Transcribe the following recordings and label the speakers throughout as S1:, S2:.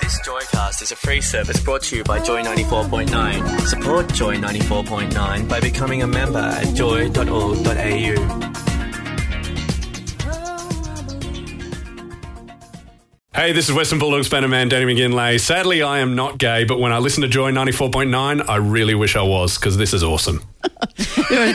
S1: This Joycast is a free service brought to you by Joy 94.9. Support Joy 94.9 by becoming a member at joy.org.au.
S2: Hey, this is Western Bulldogs banner man Danny McGinlay. Sadly, I am not gay, but when I listen to Joy 94.9, I really wish I was because this is awesome. I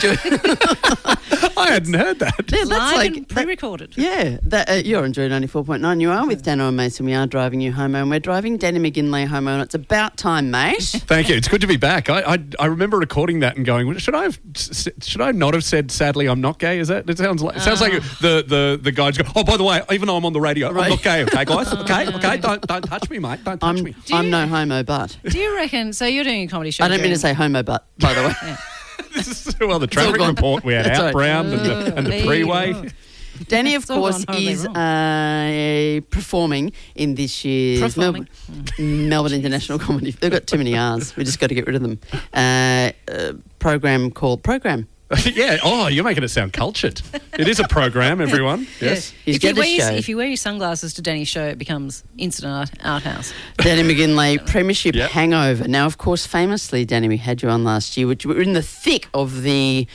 S2: hadn't heard that.
S3: Yeah,
S4: Live
S3: that's like
S4: and pre-recorded.
S3: yeah, that, uh, you're on Joy 94.9. You are with Dano and Mason. We are driving you home, and we're driving Danny McGinley home, and it's about time, mate.
S2: Thank you. It's good to be back. I, I, I remember recording that and going, should I have s- s- should I not have said sadly I'm not gay? Is that it sounds like it sounds like the, the, the guys go, Oh by the way, even though I'm on the radio, I'm
S3: Right.
S2: not gay, okay guys? Okay, okay, don't don't touch me, mate. Don't touch
S3: I'm,
S2: me.
S3: I'm
S4: you-
S3: no homo, but.
S4: Do you reckon? So you're doing a comedy show.
S3: I don't mean
S4: during-
S3: to say homo, but, by the way.
S2: This is- well the traffic
S3: gone.
S2: report we had
S3: That's right.
S2: out brown and the, and
S4: There
S2: the
S4: you
S2: freeway.
S4: go.
S3: Danny, of
S4: It's all
S3: course,
S4: gone horribly
S3: is
S4: wrong.
S3: uh, performing in this year's
S4: Performing. Mm.
S3: Melbourne, Melbourne International Comedy. They've got too many R's. We just got to get rid of them. Uh, uh, program called Program.
S2: yeah. Oh, you're making it sound cultured. It is a program, everyone. Yes.
S3: He's
S4: If you,
S3: got
S4: wear
S3: a
S4: your,
S3: show.
S4: if you wear your sunglasses to Danny's show, it becomes instant art, art house.
S3: Danny McGinley, Premiership
S2: Yep.
S3: Hangover. Now, of course, famously, Danny, we had you on last year, which we were in the thick of the.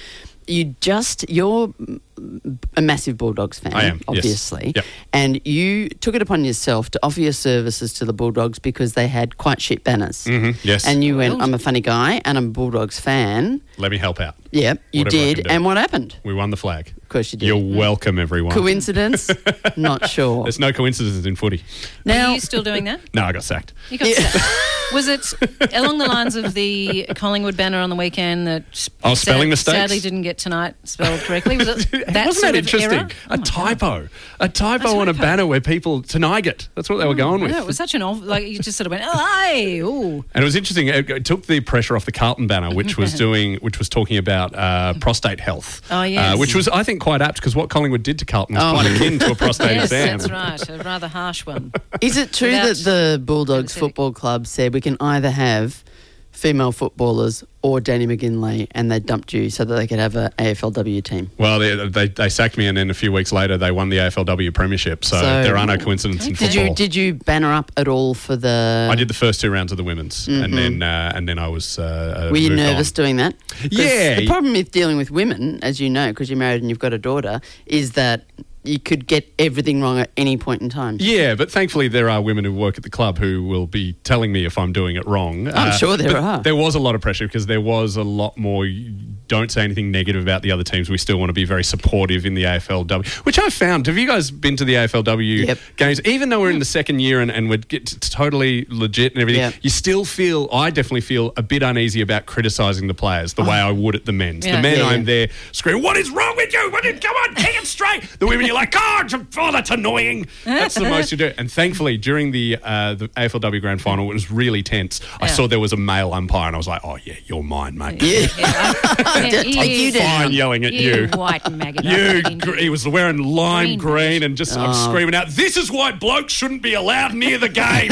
S3: You just you're mm, a massive Bulldogs fan,
S2: I am, yes.
S3: obviously,
S2: Yep.
S3: and you took it upon yourself to offer your services to the Bulldogs because they had quite shit banners.
S2: Mhm, yes.
S3: and you went,
S4: Wild.
S3: "I'm a funny guy and I'm a Bulldogs fan."
S2: Let me help out.
S3: Yeah, you
S2: Whatever I can
S3: did.
S2: do.
S3: And what happened?
S2: We won the flag.
S3: Of course, you did.
S2: You're
S4: Mm.
S2: welcome, everyone.
S3: Coincidence? Not sure.
S2: There's no coincidences in footy.
S3: Now-
S4: Are you still doing that?
S2: No, I got sacked.
S4: You got
S3: Yeah.
S4: sacked. Was it along the lines of the Collingwood banner on the weekend that
S2: Oh, spelling mistakes?
S4: sadly didn't get tonight spelled correctly? Was it
S2: Wasn't
S4: that sort
S2: that
S4: of
S2: interesting?
S4: error? Oh
S2: a
S4: my
S2: typo. A typo on a
S4: typo.
S2: banner where people Toniget. That's what they were going
S4: God.
S2: with.
S4: No, Mm, it was such an off. Like you just sort of went, oh, aye, ooh.
S2: And it was interesting. It, it took the pressure off the Carlton banner, which was doing, which was talking about uh, prostate health.
S4: Oh, yes.
S2: uh, which was, I think, quite apt because what Collingwood did to Carlton was
S3: Oh.
S2: quite akin to a prostate
S4: Yes,
S2: exam.
S4: that's right. A rather harsh one.
S3: Is it true
S4: Without
S3: that the Bulldogs
S4: consent.
S3: Football Club said we can either have female footballers or Danny McGinley and they dumped you so that they could have a AFLW team?
S2: Well, they, they, they sacked me, and then a few weeks later, they won the AFLW Premiership. So,
S3: So-
S2: there are no coincidences in
S3: Did
S2: football.
S3: you did you banner up at all for the
S2: I did the first two rounds of the women's, and then uh, and then I was. Uh, uh,
S3: Mm-hmm. were you
S2: moved
S3: nervous
S2: on.
S3: doing that? 'Cause
S2: Yeah.
S3: The problem with dealing with women, as you know, because you're married and you've got a daughter, is that you could get everything wrong at any point in time.
S2: Yeah, but thankfully there are women who work at the club who will be telling me if I'm doing it wrong. Uh,
S3: I'm sure there
S2: but
S3: are.
S2: There was a lot of pressure because there was a lot more. "You Don't say anything negative about the other teams. We still want to be very supportive in the AFLW, which I found. Have you guys been to the AFLW
S3: Yep.
S2: games? Even though we're in the second year and, and we're get, it's totally legit and everything,
S3: Yep.
S2: you still feel. I definitely feel a bit uneasy about criticising the players the way I would at the men's.
S4: Yeah.
S2: The men,
S3: Oh. Yeah,
S2: I'm
S3: yeah.
S2: there screaming, "What is wrong with you? What is, come on, kick it straight!" The women, you're like, "Oh, j- oh that's annoying." That's the most you do. And thankfully, during the uh, the AFLW Grand Final, it was really tense. I
S4: Yeah.
S2: saw there was a male umpire, and I was like, "Oh yeah, you're mine, mate."
S4: Yeah, I- yeah,
S3: Take you down.
S2: Fine yelling at
S4: you
S2: you.
S4: white maggot. I
S2: You,
S4: fucking
S2: gr- he was wearing lime
S4: Green. Oh.
S2: green, and just I'm screaming out, "This is why blokes shouldn't be allowed near the game.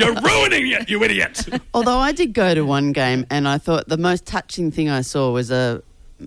S2: You're ruining it, you idiot."
S3: Although I did go to one game, and I thought the most touching thing I saw was a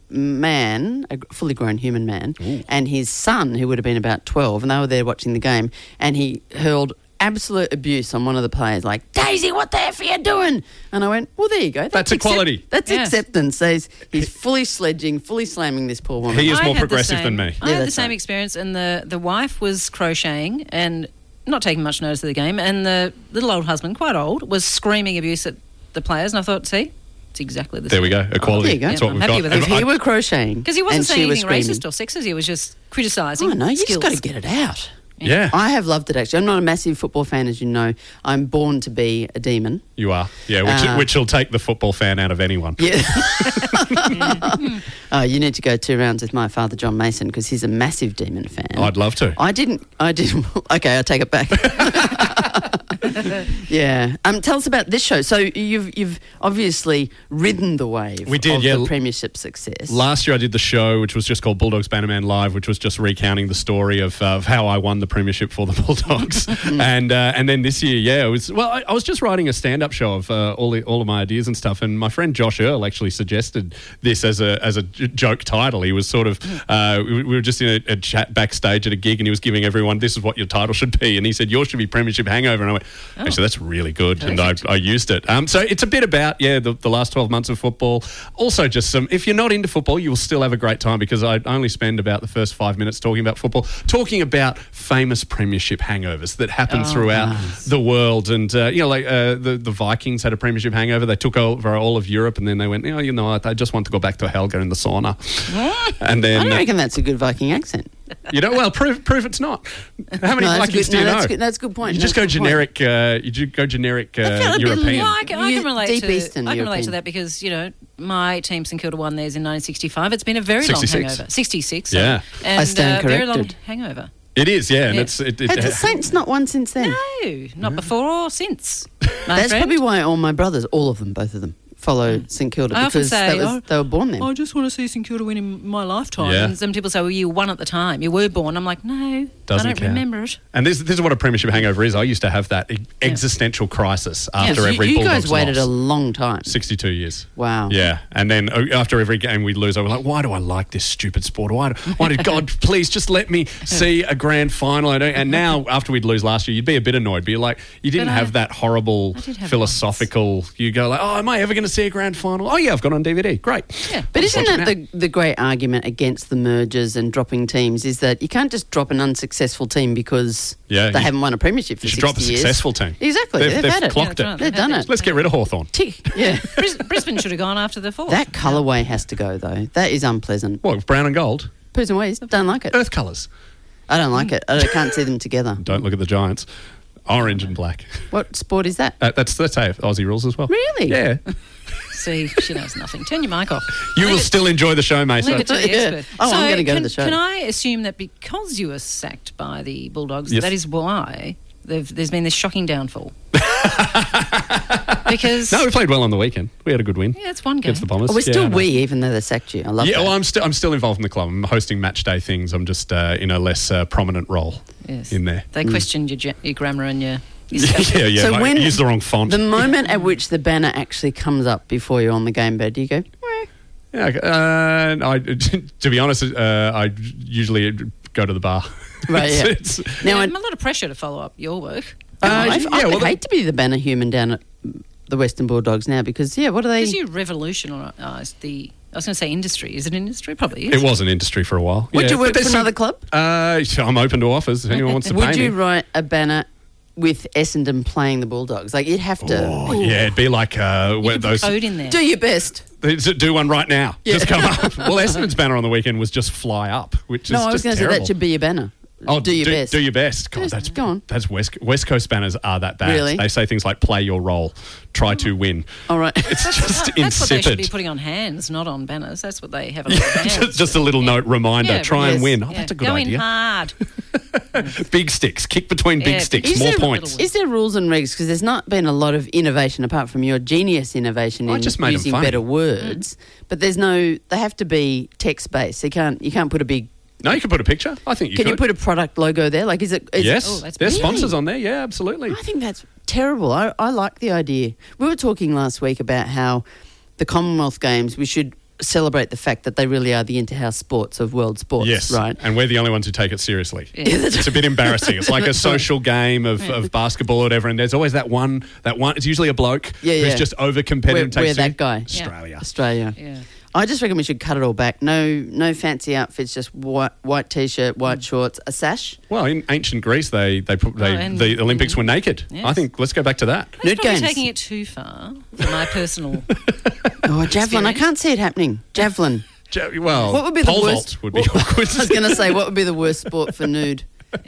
S3: man, a fully grown human man, and his son, who would have been about 12, and they were there watching the game, and he hurled absolute abuse on one of the players, like, Daisy, what the F are you doing? And I went, well, there you go.
S2: That's equality.
S3: That's
S4: Yes.
S3: acceptance. So He's, he's fully sledging, fully slamming this poor woman.
S2: He is
S4: I
S2: more
S4: had the
S2: progressive than
S4: same-
S2: me.
S4: I
S3: Yeah,
S4: had the
S3: that's
S4: same
S3: right.
S4: experience, and the, the wife was crocheting and not taking much notice of the game, and the little old husband, quite old, was screaming abuse at the players, and I thought, see, it's exactly the
S2: Oh, There we go. Equality.
S3: There you go.
S2: That's what
S4: I'm
S2: we've
S4: happy
S2: got.
S4: with
S2: And
S3: if he
S2: I-
S3: were crocheting,
S4: Because he wasn't
S3: and she
S4: saying
S3: was
S4: anything
S3: screaming,
S4: racist or sexist, he was just criticising.
S3: I know, you just
S4: skills.
S3: got to get it out.
S2: yeah,
S3: I have loved it actually. I'm not a massive football fan, as you know. I'm born to be a demon.
S2: you are. Yeah, which,
S3: Uh,
S2: which will take the football fan out of anyone.
S3: Yeah. uh, you need to go two rounds with my father, John Mason, because he's a massive demon fan.
S2: I'd love to.
S3: I didn't. I didn't. Okay, I take it back. yeah. Um. Tell us about this show. So you've you've obviously ridden the wave.
S2: We did,
S3: Of
S2: yeah.
S3: The premiership success.
S2: Last year, I did the show, which was just called Bulldogs Bannerman Live, which was just recounting the story of, uh, of how I won the premiership for the Bulldogs. and uh, and then this year, yeah, it was well. I, I was just writing a stand up show of uh, all the, all of my ideas and stuff, and my friend Josh Earl actually suggested this as a as a j- joke title. He was sort of uh, we, we were just in a, a chat backstage at a gig, and he was giving everyone this is what your title should be, and he said yours should be Premiership Hangover, and I went. Actually, that's really good, and I, I used it. Um, so it's a bit about yeah the, the last twelve months of football. Also, just some. If you're not into football, you will still have a great time because I only spend about the first five minutes talking about football, talking about famous premiership hangovers that happen
S3: Oh,
S2: throughout the world. And uh, you know, like uh, the the Vikings had a premiership hangover. They took over all of Europe, and then they went, oh, you know, I, I just want to go back to Helga in the sauna. and
S3: I
S2: then
S3: don't
S2: uh,
S3: reckon that's a good Viking accent.
S2: you know, well, prove prove it's not. How many
S3: No, that's a
S2: Vikings
S3: good-
S2: do you
S3: no,
S2: know?
S3: that's good- that's a good point.
S2: You just
S3: That's
S2: go
S3: a good point.
S2: generic. Uh, you ju- go generic
S4: I feel
S2: uh,
S4: a bit
S2: European.
S4: like I
S3: You-
S4: can relate
S3: deep
S4: to.
S3: Eastern
S4: I can relate
S3: European.
S4: to that because you know my team St Kilda won theirs in 1965. It's been a very
S2: 66.
S4: long hangover. 66. sorry.
S2: Yeah.
S4: and
S3: I stand
S4: uh, very long
S3: corrected.
S4: hangover.
S2: It is, yeah, and
S4: Yeah.
S2: it's it, it,
S3: Has the Saints not won since then?
S4: No, not before or since. My
S3: That's
S4: friend.
S3: probably why all my brothers, all of them, both of them, follow St Kilda
S4: I often
S3: because
S4: say,
S3: that was,
S4: oh,
S3: they were born then.
S4: I just want to see St Kilda win in my lifetime.
S2: Yeah.
S4: And some people say, well, you were one at the time. You were born. I'm like, no,
S2: doesn't
S4: I don't
S2: count.
S4: remember it.
S2: And this this is what a premiership hangover is. I used to have that e- existential crisis after
S3: you,
S2: every
S3: you
S2: Bulldogs
S3: guys waited
S2: loss.
S3: a long time.
S2: sixty two years.
S3: Wow.
S2: Yeah, and then uh, after every game we'd lose, I was like, "Why do I like this stupid sport? Why? Do, why did God please just let me see a grand final?" I don't, and now after we'd lose last year, you'd be a bit annoyed. Be like, you didn't
S4: But I-
S2: have that horrible
S4: I did have
S2: philosophical. You go like, "Oh, am I ever going to see a grand final?" Oh yeah, I've got it on DVD. Great.
S4: Yeah.
S3: But
S2: I'll just
S3: isn't
S2: watch it
S3: that the, the great argument against the mergers and dropping teams? Is that you can't just drop an unsuccessful team because
S2: Yeah,
S3: they
S2: you-
S3: haven't won a premiership for
S2: you should
S3: 60
S2: drop a
S3: years.
S2: successful team.
S3: Exactly,
S2: They've-
S3: they've,
S2: they've
S3: had it.
S2: clocked
S4: Yeah, that's
S2: it.
S4: right.
S3: They've done it.
S2: Let's get rid of Hawthorn.
S3: Tick. Yeah.
S4: Bris- Brisbane should have gone after the fourth.
S3: that colourway has to go though. That is unpleasant.
S2: What brown and gold?
S3: Poos and ways don't like it.
S2: Earth colours.
S3: I don't like it. I don't- can't see them together.
S2: Don't look at the Giants. Orange and black.
S3: What sport is that?
S2: Uh, that's that's how Aussie rules as well.
S3: Really?
S2: Yeah.
S4: See, she knows nothing. Turn your mic off.
S2: You will still enjoy the show, mate.
S4: Leave
S2: So-
S4: it to the
S3: Yeah.
S4: expert.
S3: Oh, I'm
S4: So
S3: gonna go to
S4: can-
S3: the show.
S4: Can I assume that because you were sacked by the Bulldogs,
S2: Yes.
S4: that is why they've, there's been this shocking downfall? because
S2: No, we played well on the weekend. We had a good win
S4: yeah, it's one game.
S2: against the Bombers.
S3: Oh, we're still
S2: Yeah, no.
S3: we, even though they sacked you. I love
S2: Yeah,
S3: that.
S2: well, I'm still I'm still involved in the club. I'm hosting match day things. I'm just uh, in a less uh, prominent role
S4: Yes.
S2: in there.
S3: Mm.
S4: They questioned your, ge- your grammar and your. your spelling.
S2: yeah, yeah.
S3: So
S2: I
S3: when-
S2: used the wrong font.
S3: the moment at which the banner actually comes up before you're on the game bed, do you go?
S2: yeah, okay. uh, I, to be honest, uh, I usually go to the bar.
S3: Right, yeah.
S2: It's- it's-
S3: Now,
S4: Yeah,
S3: I-
S4: a lot of pressure to follow up your work.
S2: Uh,
S3: I,
S2: yeah,
S3: I
S2: well,
S3: would
S2: the-
S3: hate to be the banner human down at the Western Bulldogs now because yeah, what are they?
S4: Because you revolutionised the. I was going to say industry. Is it industry? Probably is.
S2: It was an industry for a while.
S3: Would
S2: yeah.
S3: you
S2: But
S3: work for
S2: there's some-
S3: another club?
S2: Uh, so I'm open to offers. If anyone wants to pay
S3: Would you
S2: me.
S3: write a banner with Essendon playing the Bulldogs? Like you'd have to
S2: Oh, yeah, it'd be like uh,
S4: You
S2: where
S4: can put
S2: those.
S4: code in there.
S3: do your best.
S2: They said, Do one right now. Just come up. well, Essendon's banner on the weekend was just fly up, which
S3: No,
S2: is
S3: I was
S2: just
S3: going to say
S2: terrible.
S3: that should be your banner.
S2: Oh,
S3: do your best.
S2: Do your best. God,
S3: Just
S2: that's
S3: go on.
S2: That's West West Coast banners are that bad.
S3: Really? Oh.
S2: They say things like "play your role," "try to win."
S3: All right.
S2: It's just
S4: That's what they
S2: insipid.
S4: should be putting on hands, not on banners. That's what they have on hands.
S2: just, just a little note reminder:
S4: Yeah,
S2: try
S3: yes.
S2: and win. Oh,
S4: Yeah.
S2: that's a good
S4: Go in
S2: idea.
S4: hard.
S2: Big sticks. Kick between big
S4: Yeah,
S2: sticks.
S4: Is
S2: More
S3: there,
S2: points.
S3: Is there rules and regs? Because there's not been a lot of innovation apart from your genius innovation
S2: I
S3: in
S2: just made 'em
S3: using
S2: funny.
S3: better words. But there's no. They have to be text based. You can't. You can't put a big.
S2: No, you could put a picture. I think you
S3: Can
S2: could.
S3: you put a product logo there? Like, is it? Is
S2: yes,
S4: Oh, that's
S2: there's
S4: brilliant.
S2: sponsors on there. Yeah, absolutely.
S3: I think that's terrible. I, I like the idea. We were talking last week about how the Commonwealth Games, we should celebrate the fact that they really are the inter-house sports of world sports,
S2: Yes,
S3: right?
S2: And we're the only ones who take it seriously.
S4: Yeah.
S2: It's a bit embarrassing. It's like a social game of, of basketball or whatever, and there's always that one. That one. It's usually a bloke
S3: Yeah,
S2: who's
S3: yeah.
S2: just over competitive.
S3: We're-
S2: and takes
S3: we're
S2: it-
S3: that guy. Yeah.
S2: Australia.
S3: Australia.
S4: Yeah.
S3: I just reckon we should cut it all back. No, no fancy outfits. Just white, white t-shirt, white shorts, a sash.
S2: Well, in ancient Greece, they they, put, they
S4: Oh, and-
S2: the Olympics were naked.
S4: Yes.
S2: I think let's go back to that.
S4: That's
S3: Nude
S4: probably
S3: games.
S4: taking it too far for my personal.
S3: Oh, javelin! I
S4: Experience.
S3: can't see it happening. Javelin.
S2: Ja- Well,
S3: What would be the
S2: Oh, pole
S3: worst?
S2: vault would be awkward.
S3: I was going to say, what would be the worst sport for nude?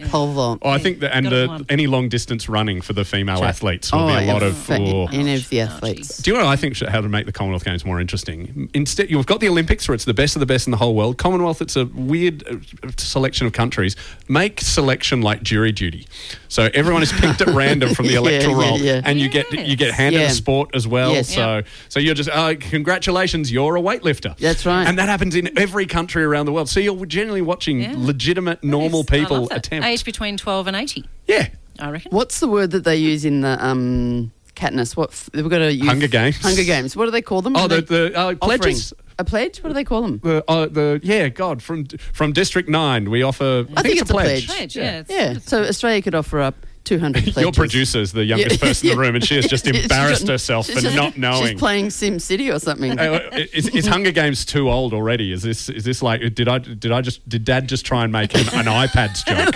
S3: Pole vault.
S2: Oh, I think that and
S4: Got it
S2: the,
S4: one.
S2: any long distance running for the female athletes will be a lot
S3: in
S2: of.
S3: fact,
S2: oh.
S3: any of the
S4: Ouchie.
S3: athletes.
S2: Do you know what I think should, how to make the Commonwealth Games more interesting? Instead, you've got the Olympics where it's the best of the best in the whole world. Commonwealth, it's a weird uh, selection of countries. Make selection like jury duty, so everyone is picked at random from the
S3: Yeah,
S2: electoral
S3: yeah,
S2: roll,
S3: yeah.
S2: and you get you get handed
S3: Yeah.
S2: a sport as well.
S3: Yes.
S2: So so you're just uh, congratulations, you're a weightlifter.
S3: That's right.
S2: and that happens in every country around the world. So you're generally watching
S4: Yeah.
S2: legitimate, normal
S4: Yes, I love
S2: people
S4: that.
S2: attempt.
S4: Age between 12 and 80,
S2: Yeah,
S4: I reckon.
S3: What's the word that they use in the um, Katniss? What f- we've got to use
S2: Hunger Games.
S3: Hunger Games. What do they call them?
S2: Oh,
S3: When
S2: the-
S3: they-
S2: the, uh,
S3: offering.
S2: pledges?
S3: A pledge. What do they call them?
S2: the uh, the yeah, God from from District Nine, we offer. I,
S3: think it's a pledge.
S4: Age, yeah. it's-
S3: Yeah. So Australia could offer up 200 pledges.
S2: Your producer's the youngest
S3: Yeah,
S2: person in the
S3: yeah.
S2: room, and she has just
S3: She's
S2: embarrassed
S3: just-
S2: herself for
S3: she's just-
S2: not knowing.
S3: She's playing Sim City or something.
S2: Uh, is, is Hunger Games too old already? Is this is this like did I did I just did Dad just try and make an, an iPads joke?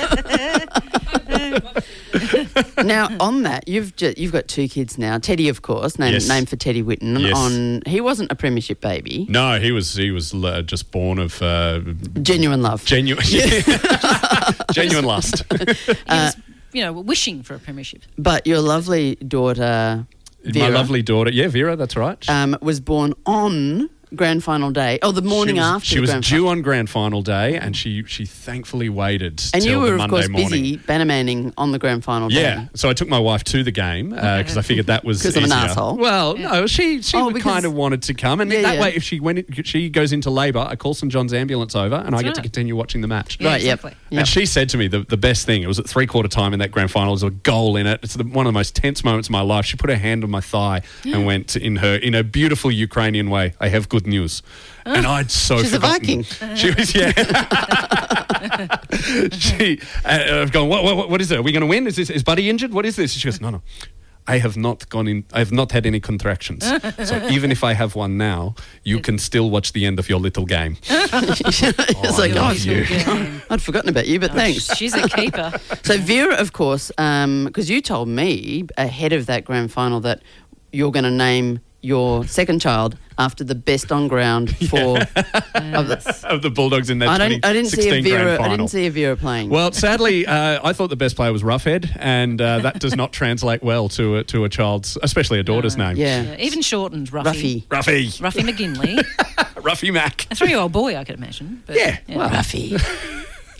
S3: now, on that, you've ju- you've got two kids now. Teddy, of course, named
S2: Yes.
S3: named for Teddy Whitten.
S2: Yes.
S3: On he wasn't a premiership baby.
S2: No, he was he was uh, just born of uh,
S3: Genuine love.
S2: genuine genuine lust.
S4: He
S3: Uh,
S4: was, you know, wishing for a premiership.
S3: but your lovely daughter,
S2: My
S3: Vera,
S2: lovely daughter, yeah, Vera, that's right.
S3: um, was born on grand final day. Oh, the morning
S2: she was,
S3: after.
S2: she
S3: the
S2: was
S3: grand
S2: due
S3: final.
S2: on grand final day, and she she thankfully waited
S3: And
S2: till
S3: you were,
S2: the
S3: of
S2: Monday
S3: course,
S2: morning.
S3: busy bannermanning on the grand final day.
S2: Yeah, so I took my wife to the game because I figured that was
S3: 'Cause I'm an
S2: easier.
S3: asshole.
S2: Well, no, she she
S3: Oh, because-
S2: kind of wanted to come, and
S3: Yeah,
S2: that
S3: yeah.
S2: way, if she went, in, she goes into labour, I call St John's ambulance over, and I get to
S4: right.
S2: continue watching the match.
S4: Yeah,
S3: Right, yep.
S4: exactly.
S3: yep.
S2: And she said to me the, the best thing, it was at three quarter time in that grand final, there was a goal in it. It's the, one of the most tense moments of my life. She put her hand on my thigh and went in her in a beautiful Ukrainian way, I have good news. And I'd so
S3: Ah. She's a
S2: forgotten. She was yeah. she uh, I've gone, what, what, what is it? Are we gonna win? Is this is Buddy injured? What is this? She goes, No no. I have not gone in. I have not had any contractions. So even if I have one now, you can still watch the end of your little game.
S3: it's like,
S2: love
S3: oh,
S2: you.
S4: Yeah.
S3: I'd forgotten about
S4: Oh,
S3: you, but thanks.
S4: She's a keeper.
S3: So Vera, of course, because you told me ahead of that grand final that you're going to name your second child after the best on ground for. of the,
S2: of the Bulldogs in that
S3: I don't. I didn't see a
S2: 2016 grand
S3: Vera. I
S2: final.
S3: didn't see a Vera playing.
S2: Well, sadly, uh, I thought the best player was Roughhead, and uh, that does not translate well to a, to a child's, especially a daughter's name.
S3: yeah.
S4: Yeah, even shortened, Ruffy.
S3: Ruffy.
S2: Ruffy,
S4: Ruffy McGinley.
S2: Ruffy Mac.
S4: a three year old boy, I could imagine. But,
S2: Yeah,
S3: Well, Ruffy.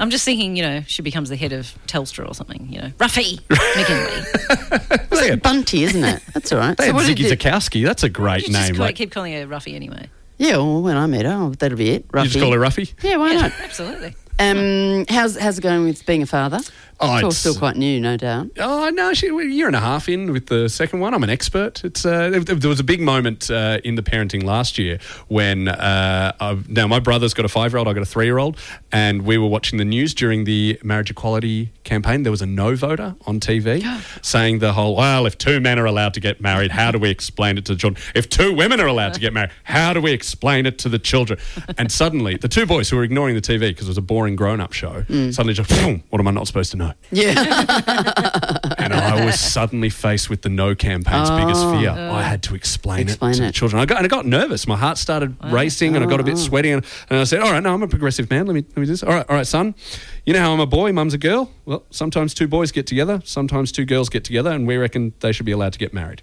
S4: I'm just thinking, you know, she becomes the head of Telstra or something, you know. Ruffy McGinley.
S2: They had,
S3: Bunty, isn't it? That's all right.
S2: they
S3: So
S2: had
S3: what did
S2: Ziggy
S3: you-
S2: Zakowski. That's a
S4: You
S2: great
S4: just
S2: name.
S4: call-
S2: Like, you
S4: keep calling her Ruffy anyway.
S3: Yeah, well, when I met her, oh, that'll be it. Ruffy.
S2: just call her Ruffy.
S3: Yeah, why
S4: Yeah,
S3: not?
S4: absolutely.
S3: Um, how's how's it going with being a
S2: Oh,
S3: father? it's all
S2: it's-
S3: still quite new, no doubt.
S2: Oh no, she, we're a year and a half in with the second one. I'm an expert. It's uh, there, there was a big moment uh, in the parenting last year when uh, i now my brother's got a five year old, I got a three year old, and we were watching the news during the marriage equality campaign. There was a no voter on TV saying the whole well, if two men are allowed to get married, how do we explain it to the children? If two women are allowed to get married, how do we explain it to the children? And suddenly, the two boys who were ignoring the TV because it was a boring grown up show suddenly just "Phew, what am I not supposed to know?
S3: Yeah.
S2: and I was suddenly faced with the no campaign's biggest fear. I had to explain,
S3: Oh. Uh. Explain
S2: it to
S3: it. Oh.
S2: the children. I got, and I got nervous. My heart started racing, and I got a bit sweaty. And, and I said, "All right, no, I'm a progressive man. Let me let me do this. All right, all right, son. You know how I'm a boy. Mum's a girl. Well, sometimes two boys get together. Sometimes two girls get together, and we reckon they should be allowed to get married."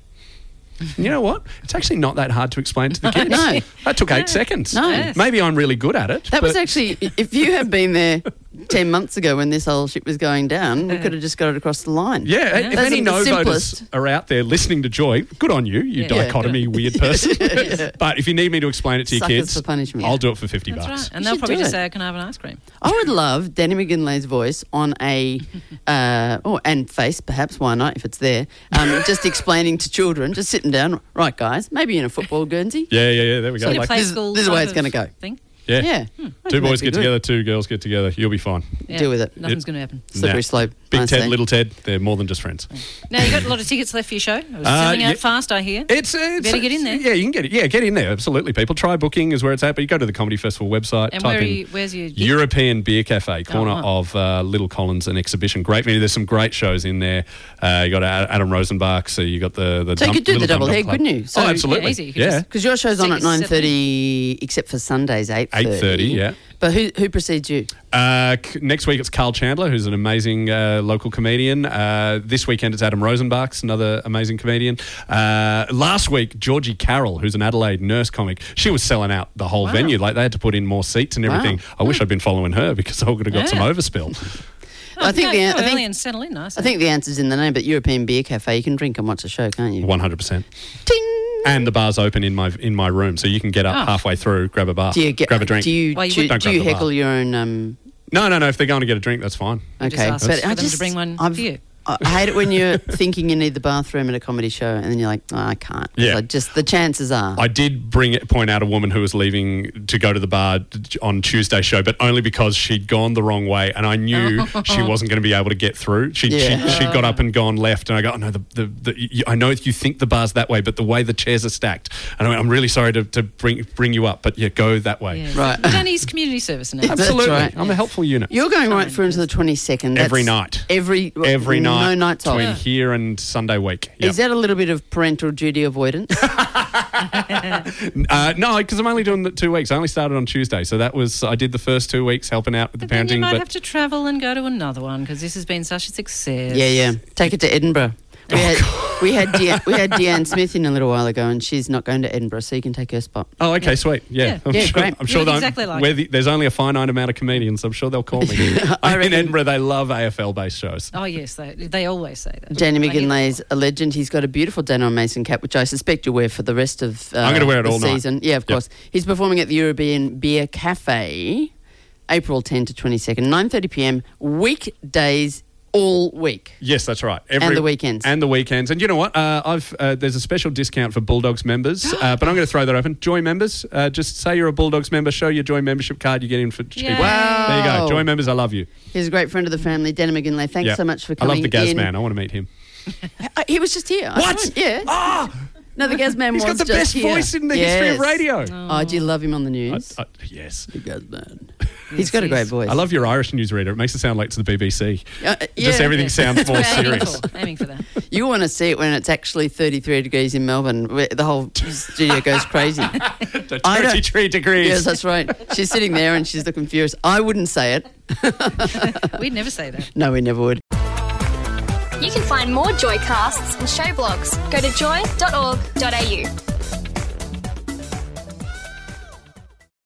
S2: And You know what? It's actually not that hard to explain to the kids.
S3: No.
S2: That took eight seconds.
S3: No. Yes.
S2: Maybe I'm really good at it.
S3: That was
S2: but-
S3: actually, if you had been there 10 months ago when this whole shit was going down, we could have just got it across the line.
S2: Yeah, if any
S3: That's Uh-huh. the
S2: no
S3: simplest.
S2: voters are out there listening to Joy, good on you, you
S4: Yeah. Yeah.
S2: dichotomy weird person. but if you need me to explain it to your
S3: Suckers
S2: kids,
S3: for punishment.
S2: I'll do it for fifty
S4: That's
S2: bucks.
S4: right. And
S3: You
S4: they'll
S3: should
S4: probably
S3: do
S4: just
S3: it.
S4: say, Can I have an ice cream?
S3: I would love Danny McGinley's voice on a, uh, oh, and face perhaps, why not, if it's there, um, just explaining to children, just sitting down, right, guys, maybe in a football guernsey.
S2: Yeah, yeah, yeah. There we go.
S4: In a
S2: Like-
S4: play
S3: this is-
S4: school
S3: this is the way
S4: type
S3: it's gonna
S4: of
S3: go.
S4: Thing.
S2: yeah,
S3: Yeah. Hmm.
S2: Two boys get
S3: That'd be
S2: together,
S3: good.
S2: two girls get together. You'll be fine.
S3: Deal with it.
S4: Nothing's
S2: It-
S4: going to happen.
S3: Slippery
S2: Nah.
S3: slope.
S2: Big
S3: nice
S2: Ted,
S3: thing.
S2: little Ted, they're more than just friends.
S4: Now, you've got a lot of tickets left for your show. It was
S2: Uh,
S4: selling
S2: yeah.
S4: out fast, I hear.
S2: It's, uh, it's
S4: Better get in there.
S2: Yeah, you can get it. Yeah, get in there. Absolutely, people. Try booking is where it's at. But you go to the Comedy Festival website.
S4: And
S2: type
S4: where are
S2: in
S4: you- where's your gig? Oh,
S2: European Beer Cafe corner
S4: wow.
S2: of uh, Little Collins and Exhibition? Great venue. There's some great shows in there. Uh, you got Ad- Adam Rosenbach. So you got the the.
S3: So you could do the
S2: Little
S3: double
S2: Dum Dum
S3: head,
S2: Club.
S3: couldn't you? So-
S2: oh,
S3: Yeah,
S2: absolutely. Yeah.
S4: easy. You could just-
S3: Because your show's on at
S4: Six, seven.
S3: 9.30, except for Sundays, 8.30.
S2: 8:30, yeah.
S3: But who, who precedes you?
S2: Uh, c- next week it's Carl Chandler, who's an amazing uh, local comedian. Uh, this weekend it's Adam Rosenbach's, another amazing comedian. Uh, last week Georgie Carroll, who's an Adelaide nurse comic, she was selling out the whole venue. Like they had to put in more seats and everything. I
S3: Hmm.
S2: wish I'd been following her because I would have got some
S4: Yeah.
S2: overspill.
S3: I think the
S4: Oh, go,
S3: an-
S4: go
S3: I
S4: early
S3: think-
S4: and settle in. Nice.
S3: I think the answer's in the name, but European Beer Cafe, you can drink and watch the show, can't you?
S2: One hundred percent.
S3: Ting!
S2: And the bar's open in my in my room, so you can get up
S4: Oh.
S2: halfway through, grab a bar,
S3: Do you get,
S2: grab a drink.
S3: Do you,
S4: Well, you
S3: do,
S2: wouldn't.
S3: do
S2: Don't
S3: you
S2: grab the
S3: heckle
S2: bar.
S3: your own? Um,
S2: no, no, no. If they're going to get a drink, that's fine.
S3: okay,
S4: just ask
S3: but
S4: for them to bring one for you.
S3: I I hate it when you're thinking you need the bathroom at a comedy show and then you're like, oh, I can't.
S2: Yeah.
S3: So just the chances are.
S2: I did bring it, point out a woman who was leaving to go to the bar t- on Tuesday show, but only because she'd gone the wrong way, and I knew she wasn't going to be able to get through. She
S3: Yeah.
S2: she, she got up and gone left, and I go, oh, no, the, the, the y- I know you think the bar's that way, but the way the chairs are stacked, and I went, I'm really sorry to, to bring bring you up, but yeah, go that way.
S4: Yeah.
S3: Right.
S4: Danny's community service now.
S3: That's
S2: Absolutely,
S3: right.
S2: I'm a helpful unit.
S3: You're going right through into the 22nd.
S2: Every
S3: That's
S2: night.
S3: Every,
S2: Every
S3: no
S2: night,
S3: No nights off.
S2: between here and Sunday week. Yep.
S3: Is that a little bit of parental duty avoidance?
S2: Uh, no, because I'm only doing the two weeks. I only started on Tuesday, so that was I did the first two weeks helping out with the
S4: But then you
S2: parenting.
S4: might
S2: but
S4: have to travel and go to another one because this has been such a success.
S3: yeah, yeah. Take it to Edinburgh.
S2: Oh,
S3: We had, we had, Dea- we had Deanne Smith in a little while ago and she's not going to Edinburgh, so you can take her spot.
S2: Oh, okay, sweet. Yeah,
S4: Yeah.
S2: I'm
S3: Yeah,
S2: sure,
S3: great.
S2: I'm
S4: You
S2: sure
S4: look
S2: they'll-
S4: exactly like
S2: where
S4: it.
S2: the, there's only a finite amount of comedians. I'm sure they'll call me. I in
S3: reckon-
S2: Edinburgh, they love AFL-based shows.
S4: Oh yes, they they always say that.
S3: Danny
S4: Like,
S3: McGinley's a legend. He's got a beautiful Dano Mason cap, which I suspect you'll wear for the rest of uh,
S2: I'm gonna wear it
S3: the
S2: all night.
S3: season. Yeah, of
S2: Yep.
S3: course. He's performing at the European Beer Cafe, April 10 to 22nd, 9.30 p.m., weekdays all week.
S2: Yes, that's right.
S3: the weekends.
S2: And the weekends. And you know what? Uh, I've uh, there's a special discount for Bulldogs members, uh, but I'm going to throw that open. Joy members, uh, just say you're a Bulldogs member, show your Joy membership card, you get in for cheap.
S4: Yay.
S2: There you go.
S3: Wow.
S2: Joy members, I love you.
S3: He's a great friend of the family, Danny McGinley. Thanks
S2: Yeah.
S3: so much for
S2: I
S3: coming
S2: love the Gaz
S3: in.
S2: man. I want to meet him.
S3: Uh, he was just here. I
S2: What? Oh.
S3: saw him. Yeah. No, the Gaz man
S2: He's
S3: was
S2: got the
S3: just
S2: best
S3: here.
S2: voice in the history of
S3: Yes.
S2: radio.
S3: Oh, do you love him on the news?
S2: I- I- yes.
S3: the Gaz man. He's got a great
S4: he's-
S3: voice.
S2: I love your Irish newsreader. It makes it sound like it's the BBC.
S3: Uh,
S2: Just
S3: yeah.
S2: everything sounds
S4: That's
S2: more
S4: what we're aiming
S2: serious.
S4: for, aiming for that.
S3: You want to see it when it's actually 33 degrees in Melbourne. where The whole studio goes crazy.
S2: The
S3: I don't-
S2: 33 degrees.
S3: yes, that's right. She's sitting there and she's looking furious. I wouldn't say it.
S4: We'd never say that.
S3: No, we never would.
S5: You can find more Joycasts and show blogs. Go to joy.org.au.